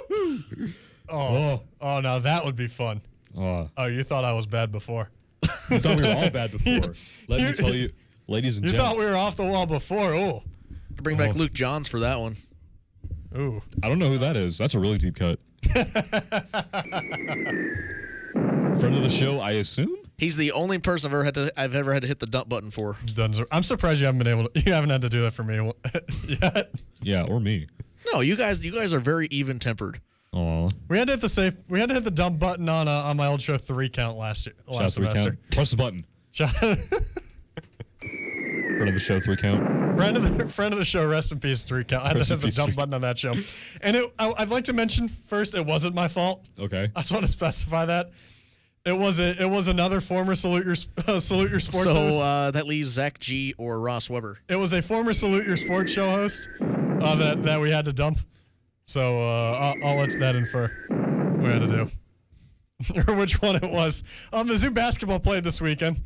Oh, oh, no, that would be fun. Oh. Oh, you thought I was bad before. You thought we were all bad before. Let me You- tell you, ladies and You gents. thought we were off the wall before. Oh, Bring back Luke Johns for that one. Ooh. I don't know who that is. That's a really deep cut. Friend of the show, I assume. He's the only person I've ever had to I've ever had to hit the dump button for. Dunzo- I'm surprised you haven't been able to. You haven't had to do that for me yet. Yeah, or me. No, you guys you guys are very even tempered. Aw. We had to hit the safe. We had to hit the dump button on uh, on my old show three count last year, Shout out last three semester. count. Press the button. Friend of the show, three count. friend of the friend of the show, rest in peace, three count. I had to Rest in hit the peace, dump three- button on that show. And it, I, I'd like to mention first, it wasn't my fault. Okay. I just want to specify that it was a, it was another former salute your Sp- uh, salute your sports. so host. uh, that leaves Zach G or Ross Weber. it was a former salute your sports show host uh, that that we had to dump. So uh, I'll, I'll let that infer. We had to do. or which one it was. Um, Mizzou basketball played this weekend.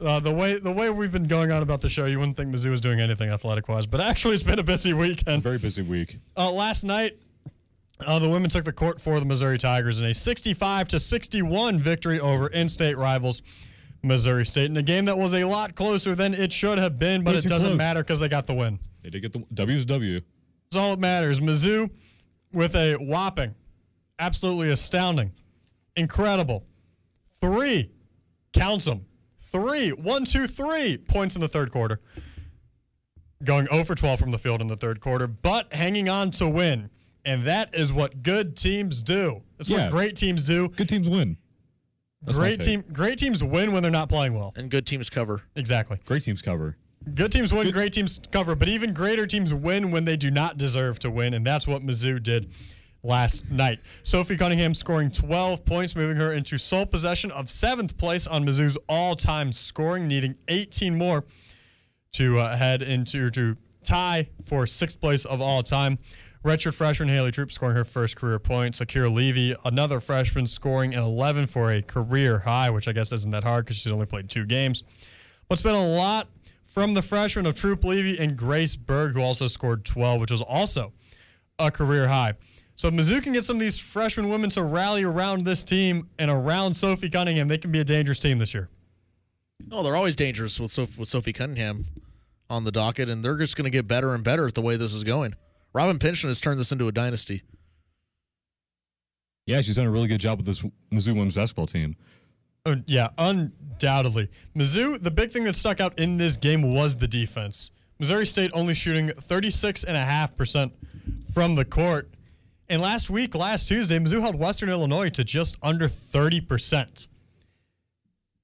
Uh, the way the way we've been going on about the show, you wouldn't think Mizzou was doing anything athletic wise, but actually it's been a busy weekend. Very busy week. Uh, last night, uh, the women took the court for the Missouri Tigers in a 65 to 61 victory over in-state rivals Missouri State in a game that was a lot closer than it should have been, but Way it too doesn't close. matter because they got the win. They did get the W's W. That's all that matters. Mizzou with a whopping, absolutely astounding, incredible three, counts them, three, one, two, three points in the third quarter. Going 0 for 12 from the field in the third quarter, but hanging on to win. And that is what good teams do. That's Yeah. what great teams do. Good teams win. That's my great take. team great teams win when they're not playing well. And good teams cover. Exactly. Great teams cover. Good teams win, great teams cover, but even greater teams win when they do not deserve to win, and that's what Mizzou did last night. Sophie Cunningham scoring 12 points, moving her into sole possession of seventh place on Mizzou's all-time scoring, needing 18 more to uh, head into to tie for sixth place of all time. Redshirt freshman Haley Troop scoring her first career point. Akira Levy, another freshman, scoring an 11 for a career high, which I guess isn't that hard because she's only played two games. But it's been a lot from the freshmen of Troop Levy and Grace Berg, who also scored 12, which was also a career high. So if Mizzou can get some of these freshman women to rally around this team and around Sophie Cunningham, they can be a dangerous team this year. Oh, they're always dangerous with Sophie, with Sophie Cunningham on the docket, and they're just going to get better and better at the way this is going. Robin Pinchon has turned this into a dynasty. Yeah, she's done a really good job with this Mizzou women's basketball team. Oh, yeah, undoubtedly. Mizzou, the big thing that stuck out in this game was the defense. Missouri State only shooting 36.5% from the court. And last week, last Tuesday, Mizzou held Western Illinois to just under 30%.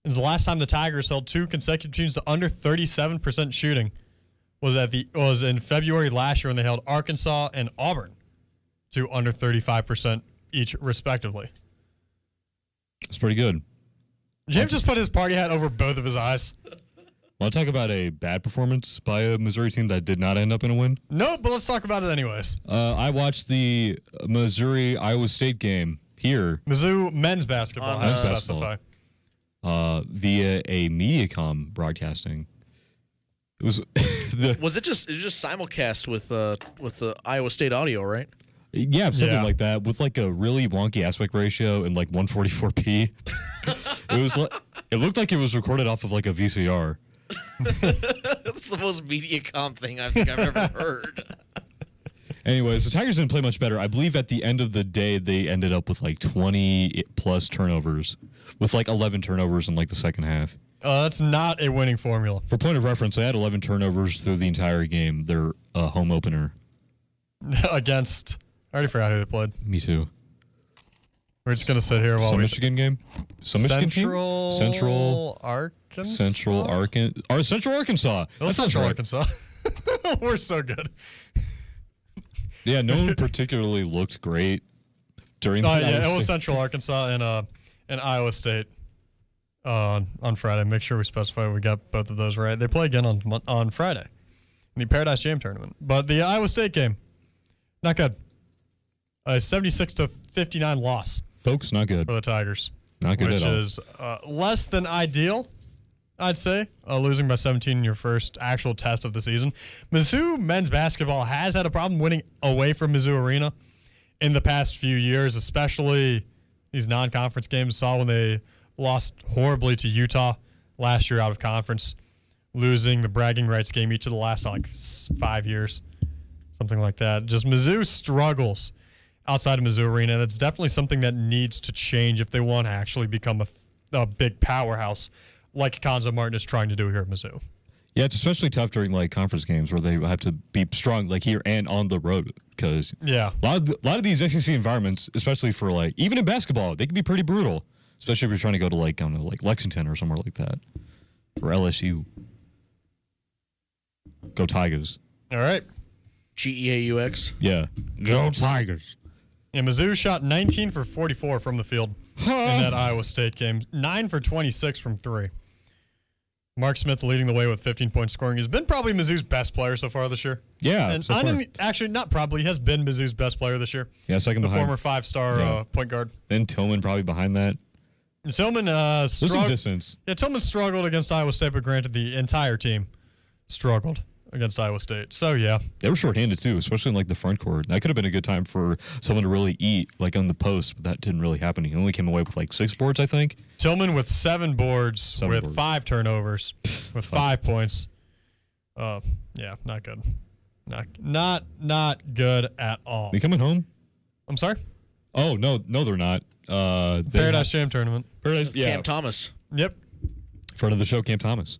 It's the last time the Tigers held two consecutive teams to under 37% shooting was at the was in February last year when they held Arkansas and Auburn to under 35% each respectively. It's pretty good. James just put his party hat over both of his eyes. Want to talk about a bad performance by a Missouri team that did not end up in a win? No, but let's talk about it anyways. Uh, I watched the Missouri Iowa State game here. Mizzou men's basketball, I Men's should basketball. specify. Uh, via a MediaCom broadcasting. It was the Was it just it was just simulcast with uh with the Iowa State audio, right? Yeah, something Yeah. like that with like a really wonky aspect ratio and like 144p. it was like it looked like it was recorded off of like a VCR. That's the most MediaCom thing I think I've ever heard. Anyways, the Tigers didn't play much better. I believe at the end of the day they ended up with like 20 plus turnovers with like 11 turnovers in like the second half. Uh, that's not a winning formula. For point of reference, they had 11 turnovers through the entire game. Their uh, home opener. Against I already forgot who they played. Me too. We're just gonna sit here while Some we Michigan game. Some Michigan Central team. Central Arkansas. Central Arkansas. Or Central Arkansas. That was That sounds Central right. Arkansas. We're so good. Yeah, no one particularly looked great during. Uh, the yeah, it was Central Arkansas and uh and Iowa State uh, on Friday. Make sure we specify we got both of those right. They play again on Mon- on Friday in the Paradise Jam tournament. But the Iowa State game, not good. A seventy-six to fifty-nine loss Folks, not good for the Tigers. Not good which at all. is uh, less than ideal, I'd say. Uh, losing by 17 in your first actual test of the season. Mizzou men's basketball has had a problem winning away from Mizzou Arena in the past few years, especially these non-conference games. Saw when they lost horribly to Utah last year out of conference, losing the bragging rights game each of the last like s- five years, something like that. Just Mizzou struggles outside of Mizzou Arena. That's definitely something that needs to change if they want to actually become a, f- a big powerhouse like Conzo Martin is trying to do here at Mizzou. Yeah, it's especially tough during like conference games where they have to be strong like here and on the road because Yeah. a lot of, a lot of these SEC environments, especially for like even in basketball, they can be pretty brutal. Especially if you're trying to go to like I don't know, like Lexington or somewhere like that, or LSU. Go Tigers! All right. G E A U X. Yeah, go Tigers! Yeah, Mizzou shot 19 for 44 from the field in that Iowa State game. 9 for 26 from 3. Mark Smith leading the way with 15 point scoring. He's been probably Mizzou's best player so far this year. Yeah, And Oh, so far. unim- actually, not probably. He has been Mizzou's best player this year. Yeah, second The behind. former five star Yeah. uh, point guard. Then Tillman probably behind that. Tillman uh, There's some struggled. distance. Yeah, Tillman struggled against Iowa State, but granted, the entire team struggled against Iowa State. So, yeah. They were shorthanded too, especially in like the front court. That could have been a good time for someone to really eat, like on the post, but that didn't really happen. He only came away with like six boards, I think. Tillman with seven boards, Seven with boards. five turnovers, with five points. Uh, yeah, not good. Not not not good at all. They coming home? I'm sorry. Oh no, no, they're not. Uh, they Paradise Sham tournament. Paradise, yeah. Cam Thomas. Yep. Front of the show, Cam Thomas.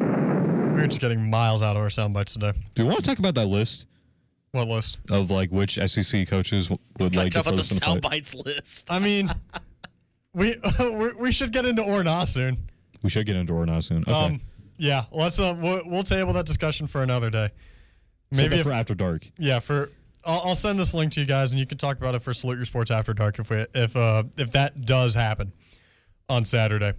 We're just getting miles out of our sound bites today. Do we want to talk about that list What list? of like which SEC coaches w- would like to Talk about the focus on sound play? bites list. I mean, we we we should get into Orna soon. We should get into Orna soon. Okay, Um, yeah. Let's uh, we'll, we'll table that discussion for another day. maybe if- for after dark. Yeah, for I'll, I'll send this link to you guys, and you can talk about it for Salute Your Sports After Dark if we if uh if that does happen on Saturday.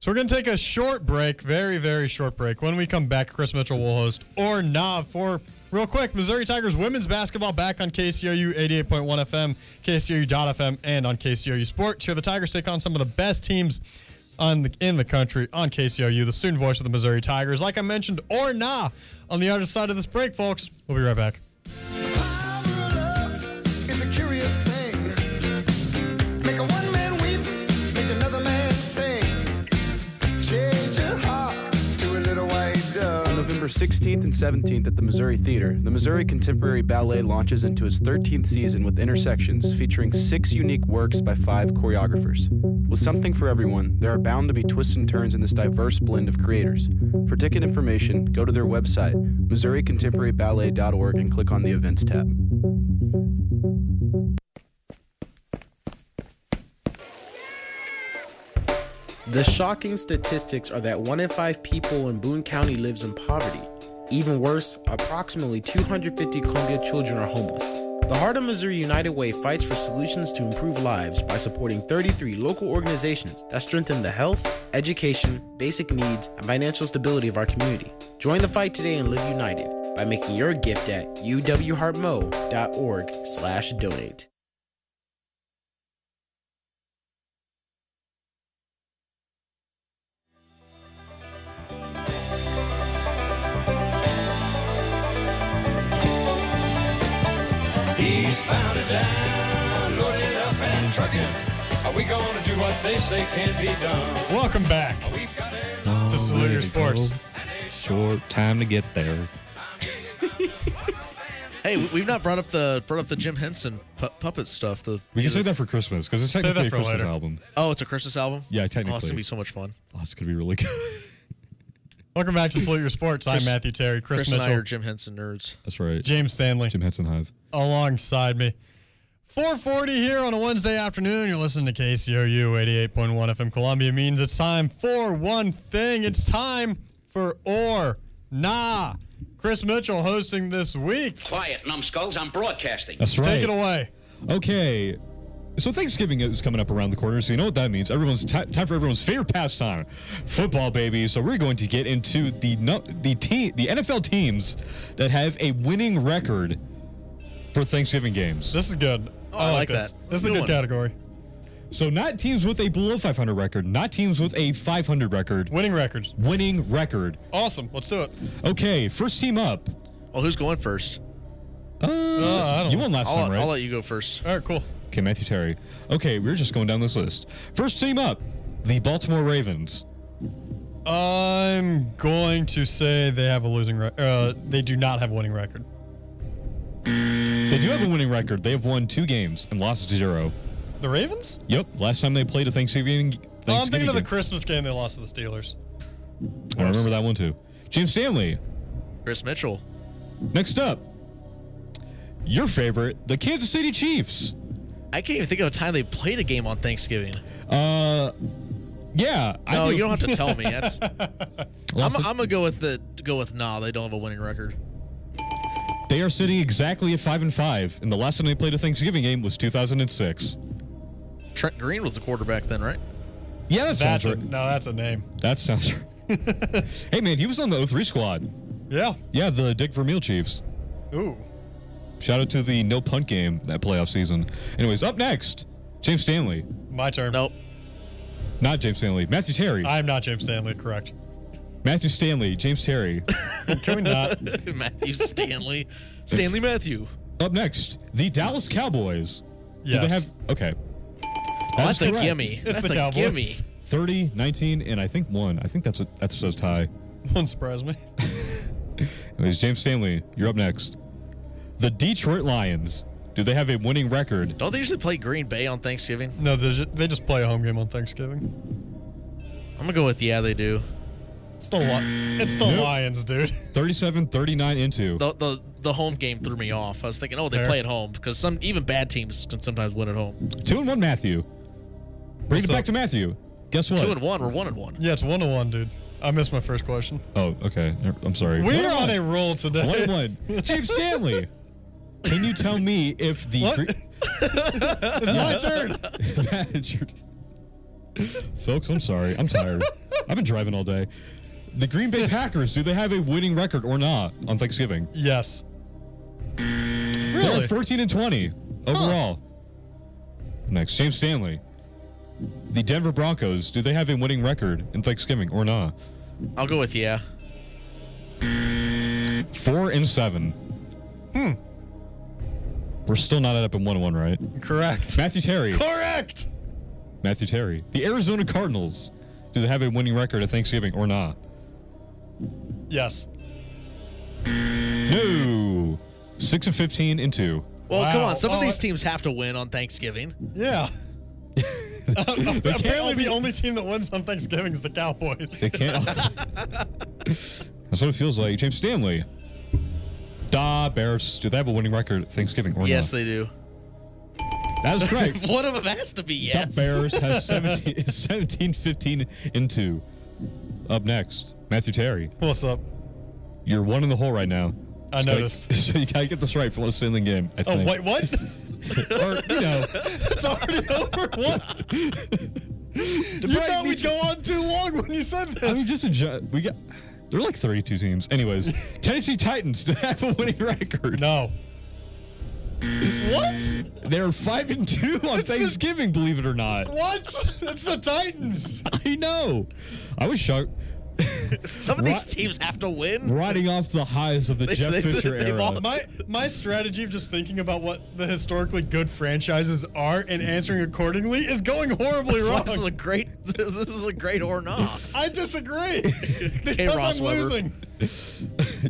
So we're going to take a short break, very, very short break. When we come back, Chris Mitchell will host or not for real quick Missouri Tigers women's basketball back on KCOU 88.1 FM, KCOU.FM, and on KCOU Sports. Here, the Tigers take on some of the best teams on the, in the country on KCOU, the student voice of the Missouri Tigers. Like I mentioned, or nah, on the other side of this break, folks. We'll be right back. It's a curious thing. Make a one man weep, make another man sing. Change your heart to a little white dove. On November 16th and 17th at the Missouri Theater, the Missouri Contemporary Ballet launches into its 13th season with Intersections, featuring six unique works by five choreographers. With something for everyone, there are bound to be twists and turns in this diverse blend of creators. For ticket information, go to their website, missouricontemporaryballet.org, and click on the Events tab. The shocking statistics are that one in five people in Boone County lives in poverty. Even worse, approximately 250 Columbia children are homeless. The Heart of Missouri United Way fights for solutions to improve lives by supporting 33 local organizations that strengthen the health, education, basic needs, and financial stability of our community. Join the fight today and live united by making your gift at uwheartmo.org slash donate. He's pounded down, loaded up and trucking. Are we gonna do what they say can't be done? Welcome back to Salute Your Sports. Short time to get there. Hey, we- we've not brought up the brought up the Jim Henson pu- puppet stuff. The We can save that for Christmas because it's Save technically that a for Christmas later. album. oh, it's a Christmas album. Yeah, Oh, it's technically. gonna be so much fun. Oh, it's gonna be really good. Welcome back to Salute Your Sports. I'm Chris- Matthew Terry, Chris, Chris and Mitchell. I are Jim Henson nerds. That's right. James Stanley. Jim Henson Hive. alongside me. 4:40 here on a Wednesday afternoon. You're listening to KCOU 88.1 FM Columbia. Means it's time for one thing. It's time for or nah. Chris Mitchell hosting this week. Quiet, numbskulls. I'm broadcasting. That's right. Take it away. Okay. So Thanksgiving is coming up around the corner, so you know what that means. Everyone's ti time for everyone's favorite pastime, football, baby. So we're going to get into the nu- the team, the NFL teams that have a winning record for Thanksgiving games. This is good. I like this. This is a good category. So not teams with a below 500 record, not teams with a 500 record. Winning records. Winning record. Awesome. Let's do it. Okay, first team up. Well, who's going first? Uh, you won last I'll, time, right? I'll let you go first. All right, cool. Okay, Matthew Terry. Okay, we're just going down this list. First team up, the Baltimore Ravens. I'm going to say they have a losing record. Uh, they do not have a winning record. They do have a winning record. They have won two games and lost zero. The Ravens? Yep, last time they played a Thanksgiving. Thanksgiving Oh, I'm thinking of the game. Christmas game they lost to the Steelers. I remember that one too. James Stanley. Chris Mitchell. Next up, your favorite, the Kansas City Chiefs. I can't even think of a time they played a game on Thanksgiving. Uh, yeah. I No, do. you don't have to tell me. That's I'm, I'm gonna go with the go with nah. They don't have a winning record. They are sitting exactly at five and five, and the last time they played a Thanksgiving game was 2006. Trent Green was the quarterback then, right? Yeah, that sounds That's a, right. no, that's a name. That sounds. right. hey man, he was on the 03 squad. Yeah. Yeah, the Dick Vermeil Chiefs. Ooh. Shout out to the no punt game that playoff season. Anyways, up next, James Stanley. My turn. Nope. Not James Stanley. Matthew Terry. I'm not James Stanley. Correct. Matthew Stanley. James Terry. Can we not? Matthew Stanley. Stanley Matthew. Up next, the Dallas Cowboys. Do Yes. they have? Okay. Well, is that's a correct. gimme. It's That's the a Cowboys. gimme. 30, 19, and I think one. I think that's a that says tie. Wouldn't surprise me. Anyways, James Stanley, you're up next. The Detroit Lions. Do they have a winning record? Don't they usually play Green Bay on Thanksgiving? No, they just, they just play a home game on Thanksgiving. I'm gonna go with yeah, they do. It's the li- it's the Nope. Lions, dude. 37, 39 into. The, the the home game threw me off. I was thinking, oh, they Fair. play at home because some even bad teams can sometimes win at home. Two and one, Matthew. Bring What's it back up? to Matthew. Guess what? Two and one, or one and one. Yeah, it's one to one, dude. I missed my first question. Oh, okay. Never- I'm sorry. We One are on and a roll today. One and one. James Stanley. Can you tell me if the What? Gre- it's my turn. Folks, I'm sorry. I'm tired. I've been driving all day. The Green Bay Packers, do they have a winning record or not on Thanksgiving? Yes. They're Really? 14 and 20 overall. Next, James Stanley. The Denver Broncos, do they have a winning record in Thanksgiving or not? I'll go with yeah. Four and seven. Hmm. We're still not up in one one, right? Correct. Matthew Terry. Correct. Matthew Terry. The Arizona Cardinals. Do they have a winning record at Thanksgiving or not? Yes. No. Six and fifteen and two. Well, come on. Some of these teams have to win on Thanksgiving. Yeah. Uh, Apparently, the only team that wins on Thanksgiving is the Cowboys. They can't. That's what it feels like. James Stanley. Da Bears. Do they have a winning record at Thanksgiving or Yes, not? they do. That is correct. One of them has to be yes. The Bears has 17, 17 15 and 2. Up next, Matthew Terry. What's up? You're one in the hole right now. I Just gotta- noticed. so you gotta get this right for the sailing game. I oh think. wait, what? you know. it's already over. What? you bright thought we'd future- go on too long when you said this. I mean, just a ju- we got. There are like 32 teams. Anyways, Tennessee Titans to have a winning record. No. Oh. What? They're five and two on Thanksgiving. believe it or not. What? It's the Titans. I know. I was shocked. Some of Ri- these teams have to win. Riding off the highs of the They- Jeff they- Fisher they've era. all- My my strategy of just thinking about what the historically good franchises are and answering accordingly is going horribly This wrong. is a great. This is a great or not. I disagree because Ross I'm Weber. losing.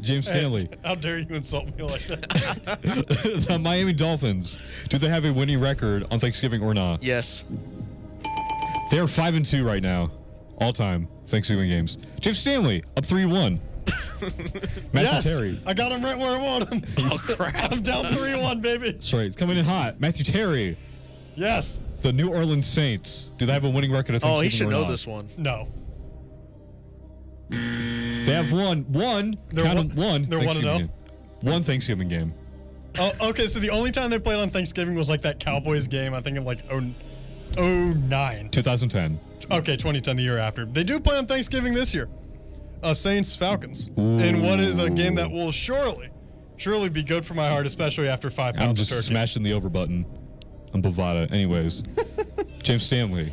James Stanley. Hey, how dare you insult me like that? the Miami Dolphins. Do they have a winning record on Thanksgiving or not? Yes. They're five and two right now, all time Thanksgiving games. James Stanley up three one. Matthew yes, Terry. I got him right where I want him. Oh crap! I'm down three one, baby. Sorry, it's coming in hot. Matthew Terry. Yes. The New Orleans Saints. Do they have a winning record? At Thanksgiving Oh, he should or know not? this one. No. They have one. One. They're count one- them, one. they're one and Thanksgiving oh. game. One Thanksgiving game. Oh, okay. So the only time they played on Thanksgiving was like that Cowboys game. I think in like oh, oh nine. 2010. Okay, 2010, the year after. They do play on Thanksgiving this year. Uh, Saints Falcons. In what is a game that will surely, surely be good for my heart, especially after five I'm pounds of just turkey. smashing the over button. I'm bovada. Anyways, James Stanley,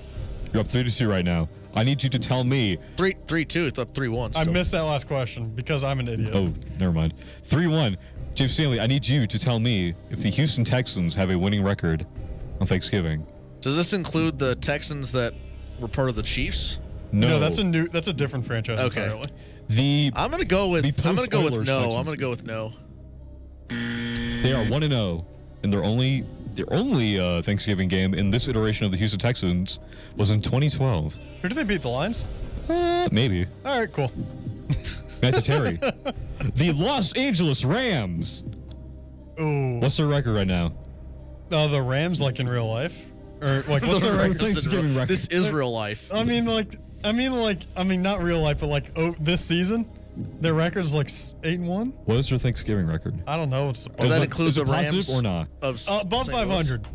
you're up three to two right now. I need you to tell me. Three, three, two. It's up three, one. I still. missed that last question because I'm an idiot. Oh, never mind. Three one. James Stanley, I need you to tell me if the Houston Texans have a winning record on Thanksgiving. Does this include the Texans that were part of the Chiefs? No, that's a new, that's a different franchise Okay. entirely. the. I'm gonna go with. The I'm gonna go with post-Oilers no. Texans. I'm gonna go with no. They are one and zero, and their only their only uh, Thanksgiving game in this iteration of the Houston Texans was in 2012. Who did they beat? The Lions. Uh, maybe. All right, cool. Matthew Terry. the Los Angeles Rams. Ooh. What's their record right now? Uh, the Rams, like in real life, or like what's their record? Oh, This is real- Thanksgiving record. This is real life. I mean, like, I mean, like, I mean, not real life, but like, oh, this season, their record's like s- eight and one. What is their Thanksgiving record? I don't know. It's Does Is that it- include is the it positive Rams or not? Of s- Uh, above St. Louis? 500.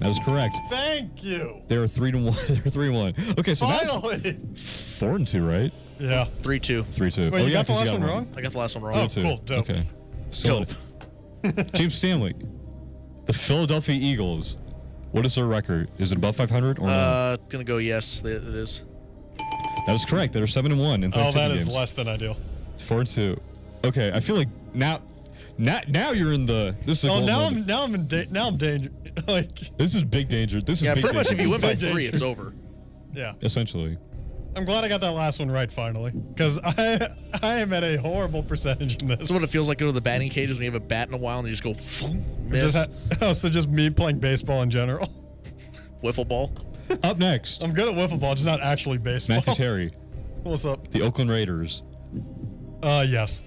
That is correct. Thank you. They're three to one. They're three to one. Okay, so that's Finally. four and two, right? Yeah. Three two. Three two. Oh, Wait, you got the 'cause last one wrong? I got the last one wrong. Three two. Oh, cool. Dope. Okay. So- James Stanley, the Philadelphia Eagles. What is their record? Is it above 500 or not? Uh, gonna go yes. th- It is. That is correct. They're seven and one in Oh, Thanksgiving that is games. less than ideal. Four and two. Okay, I feel like now, now, now you're in the. This is. a Oh, golden now moment. I'm now I'm in da- now I'm danger. like, This is big danger. This is Yeah, big pretty much. danger. If you win by three, Danger. it's over. yeah. Essentially, I'm glad I got that last one right finally, because I I am at a horrible percentage in this. That's what it feels like. Go to the batting cages when you have a bat in a while, and you just go miss Just ha- oh, so just me playing baseball in general. wiffle ball. up next, I'm good at wiffle ball, just not actually baseball. Matthew Terry, What's up? the Oakland Raiders. Uh, yes.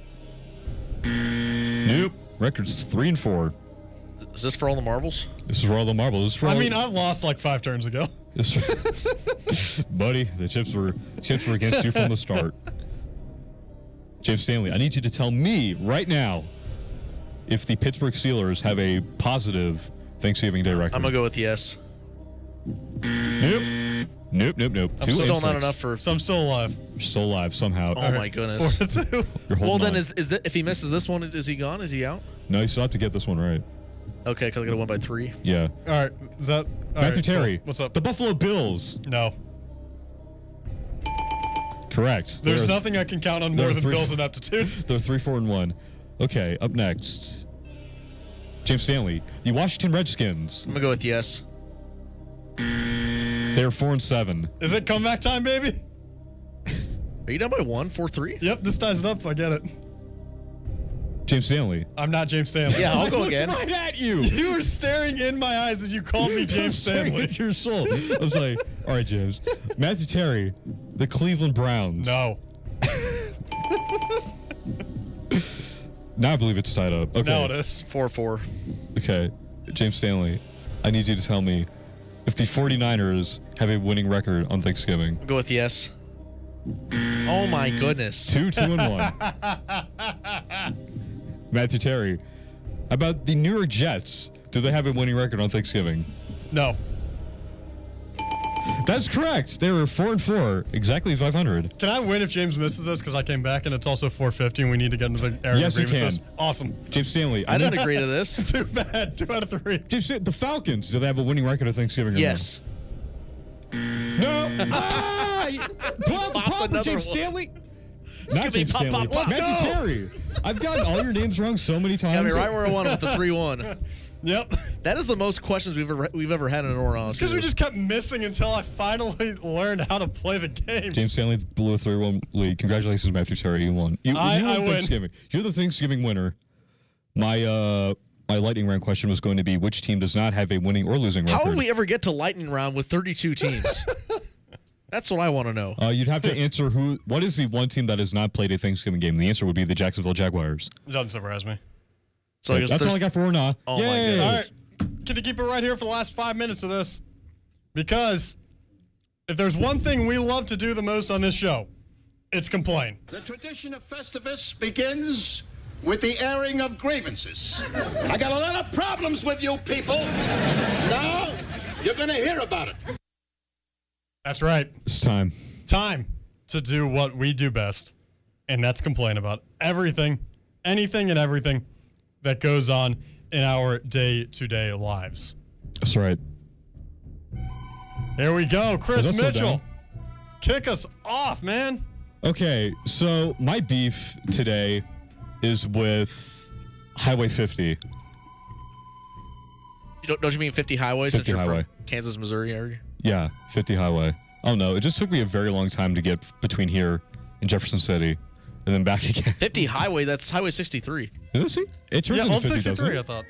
Nope. Records three and four. Is this for all the marbles? This is for all the marbles. This is for I all- mean, I lost like five turns ago. this is for- buddy, the chips were chips were against you from the start. James Stanley, I need you to tell me right now if the Pittsburgh Steelers have a positive Thanksgiving Day record. I'm gonna go with yes. Nope. Nope, nope, nope. I'm Two still insults. not enough for. So I'm still alive. You're still alive somehow. Oh my goodness. You're holding well, then on. is is that if he misses this one, is he gone? Is he out? No, you still have to get this one right. Okay, because I got a one by three. Yeah. All right. Is that all Matthew right, Terry. cool. What's up? The Buffalo Bills. No. Correct. There's They're- nothing I can count on they're more than three- Bills and aptitude. They're three, four, and one. Okay, up next. James Stanley, the Washington Redskins. I'm gonna go with yes. They're four and seven. Is it comeback time, baby? Are you down by one, four, three? Yep, this ties it up. I get it. James Stanley. I'm not James Stanley. Yeah, I'll go I looked again. Right at you. You were staring in my eyes as you called me James staring Stanley. at your soul. I was like, all right, James. Matthew Terry, the Cleveland Browns. No. Now I believe it's tied up. Okay. No, it is. Four, four. Okay, James Stanley, I need you to tell me if the 49ers have a winning record on Thanksgiving. I'll go with yes. Oh my goodness. Two, two, and one. Matthew Terry, how about the New York Jets? Do they have a winning record on Thanksgiving? No. That's correct. They were four and four, exactly 500. Can I win if James misses this? Because I came back and it's also 450 and we need to get into the area Yes, you grievances. can. Awesome. James Stanley, I didn't need- agree to this. Too bad. Two out of three. James, Stan- the Falcons, do they have a winning record on Thanksgiving? Or no? Yes. No. ah, you- pop, Popped pop, another James one. Stanley. give me Not James pop, Stanley. pop, let's Matthew go. Terry. I've gotten all your names wrong so many times. Got me right where I wanted with the three one. Yep. That is the most questions we've ever we've ever had in an oral. Because we just kept missing until I finally learned how to play the game. James Stanley blew a 3 1 lead. Congratulations, Matthew Terry. You won. You, I- you I win. Thanksgiving. You're the Thanksgiving winner. My uh, my lightning round question was going to be which team does not have a winning or losing record? How would we ever get to lightning round with 32 teams? That's what I want to know. uh, you'd have to answer who. What is the one team that has not played a Thanksgiving game? The answer would be the Jacksonville Jaguars. Doesn't surprise me. So Like, that's all I got for now. Oh my Yay. goodness. All right. Can you keep it right here for the last five minutes of this? Because if there's one thing we love to do the most on this show, it's complain. The tradition of Festivus begins with the airing of grievances. I got a lot of problems with you people. Now, you're going to hear about it. That's right. It's time. Time to do what we do best, and that's complain about everything, anything, and everything that goes on in our day to day lives. That's right. Here we go. Is Chris that so Mitchell, kick us off, man. Okay, so my beef today is with Highway 50. You Don't, don't you mean 50 Highway 50 since you're Highway. from Kansas, Missouri area? Yeah, 50 Highway. Oh no, it just took me a very long time to get between here and Jefferson City and then back again. 50 Highway, that's Highway 63. Is this it? It turns Yeah, oh, into Old 50, doesn't 63, it? I thought.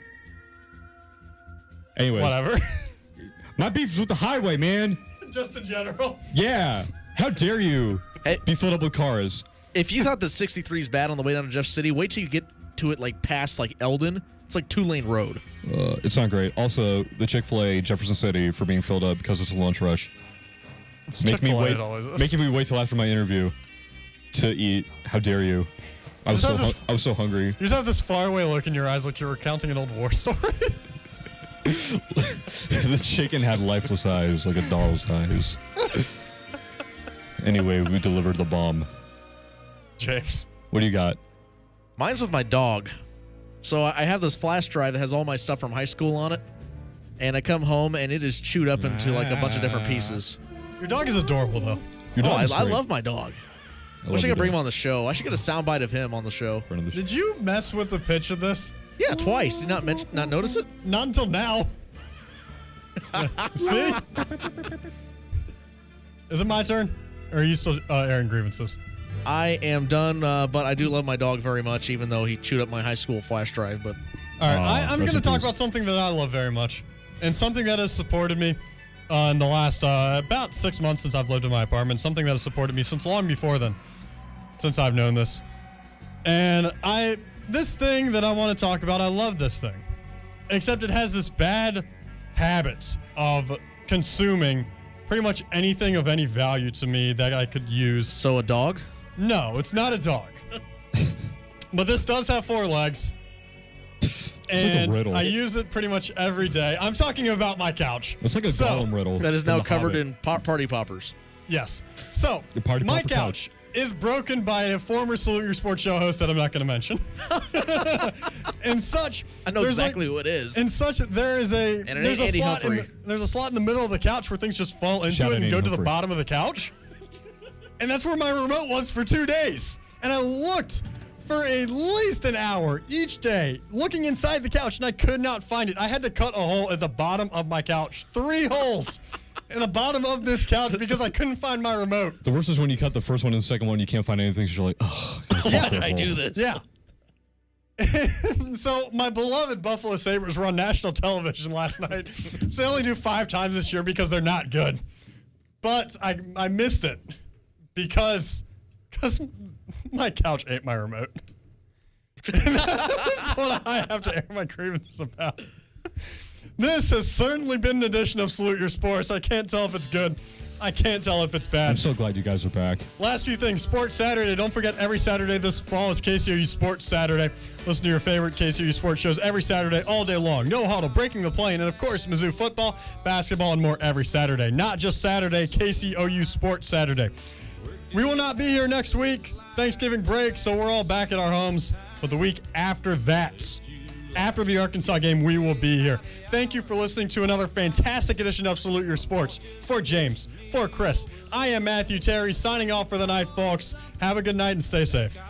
Anyways. Whatever. My beef is with the highway, man. Just in general. Yeah. How dare you be filled up with cars? If you thought the 63 is bad on the way down to Jeff City, wait till you get to it like past like Eldon. It's like two lane road. Uh, it's not great. Also, the Chick Fil A Jefferson City for being filled up because it's a lunch rush. It's me Chick-fil-A, wait, it always is. making me wait till after my interview to eat. How dare you? I was Is so that hun- the- I was so hungry. You just have this faraway look in your eyes like you're recounting an old war story. the chicken had lifeless eyes, like a doll's eyes. anyway, we delivered the bomb. James. What do you got? Mine's with my dog. So I I have this flash drive that has all my stuff from high school on it. And I come home and it is chewed up into like a bunch of different pieces. Your dog is adorable, though. Oh, I, I love my dog. I wish love I your could bring him dog. on the show. I should get a soundbite of him on the show. Did you mess with the pitch of this? Yeah, twice. Did you not mention, not notice it? Not until now. See? Is it my turn? Or are you still uh, airing grievances? I am done, uh, but I do love my dog very much, even though he chewed up my high school flash drive. But All right, I, I'm going to talk about something that I love very much, and something that has supported me uh, in the last uh, about six months since I've lived in my apartment. Something that has supported me since long before then, since I've known this. And I, this thing that I want to talk about, I love this thing, except it has this bad habit of consuming pretty much anything of any value to me that I could use. So a dog? No, it's not a dog. but this does have four legs like a and riddle. I use it pretty much every day. I'm talking about my couch. It's like a So- Gollum riddle. That is from now The covered Hobbit. in pop party poppers. Yes. So The party my popper couch is broken by a former Salute Your Sports Show host that I'm not going to mention. and such, I know there's exactly who it is. And such, there is a it there's a ain't Eddie slot in, the- Humphrey. there's a slot in the middle of the couch where things just fall into Shout out it and Eddie go to the Humphrey. bottom of the couch. And that's where my remote was for two days. And I looked for at least an hour each day, looking inside the couch, and I could not find it. I had to cut a hole at the bottom of my couch, three holes in the bottom of this couch because I couldn't find my remote. The worst is when you cut the first one and the second one, you can't find anything. So you're like, oh, Why did I do this? Yeah. so my beloved Buffalo Sabres were on national television last night. so they only do five times this year because they're not good. But I I missed it because because my couch ate my remote. And That's what I have to air my grievances about. This has certainly been an edition of Salute Your Sports. I can't tell if it's good. I can't tell if it's bad. I'm so glad you guys are back. Last few things. Sports Saturday. Don't forget every Saturday this fall is KCOU Sports Saturday. Listen to your favorite KCOU sports shows every Saturday, all day long. No huddle, breaking the plane, and of course, Mizzou football, basketball, and more every Saturday. Not just Saturday, KCOU Sports Saturday. We will not be here next week, Thanksgiving break, so we're all back at our homes. But the week after that, after the Arkansas game, we will be here. Thank you for listening to another fantastic edition of Salute Your Sports. For James, for Chris, I am Matthew Terry signing off for the night, folks. Have a good night and stay safe.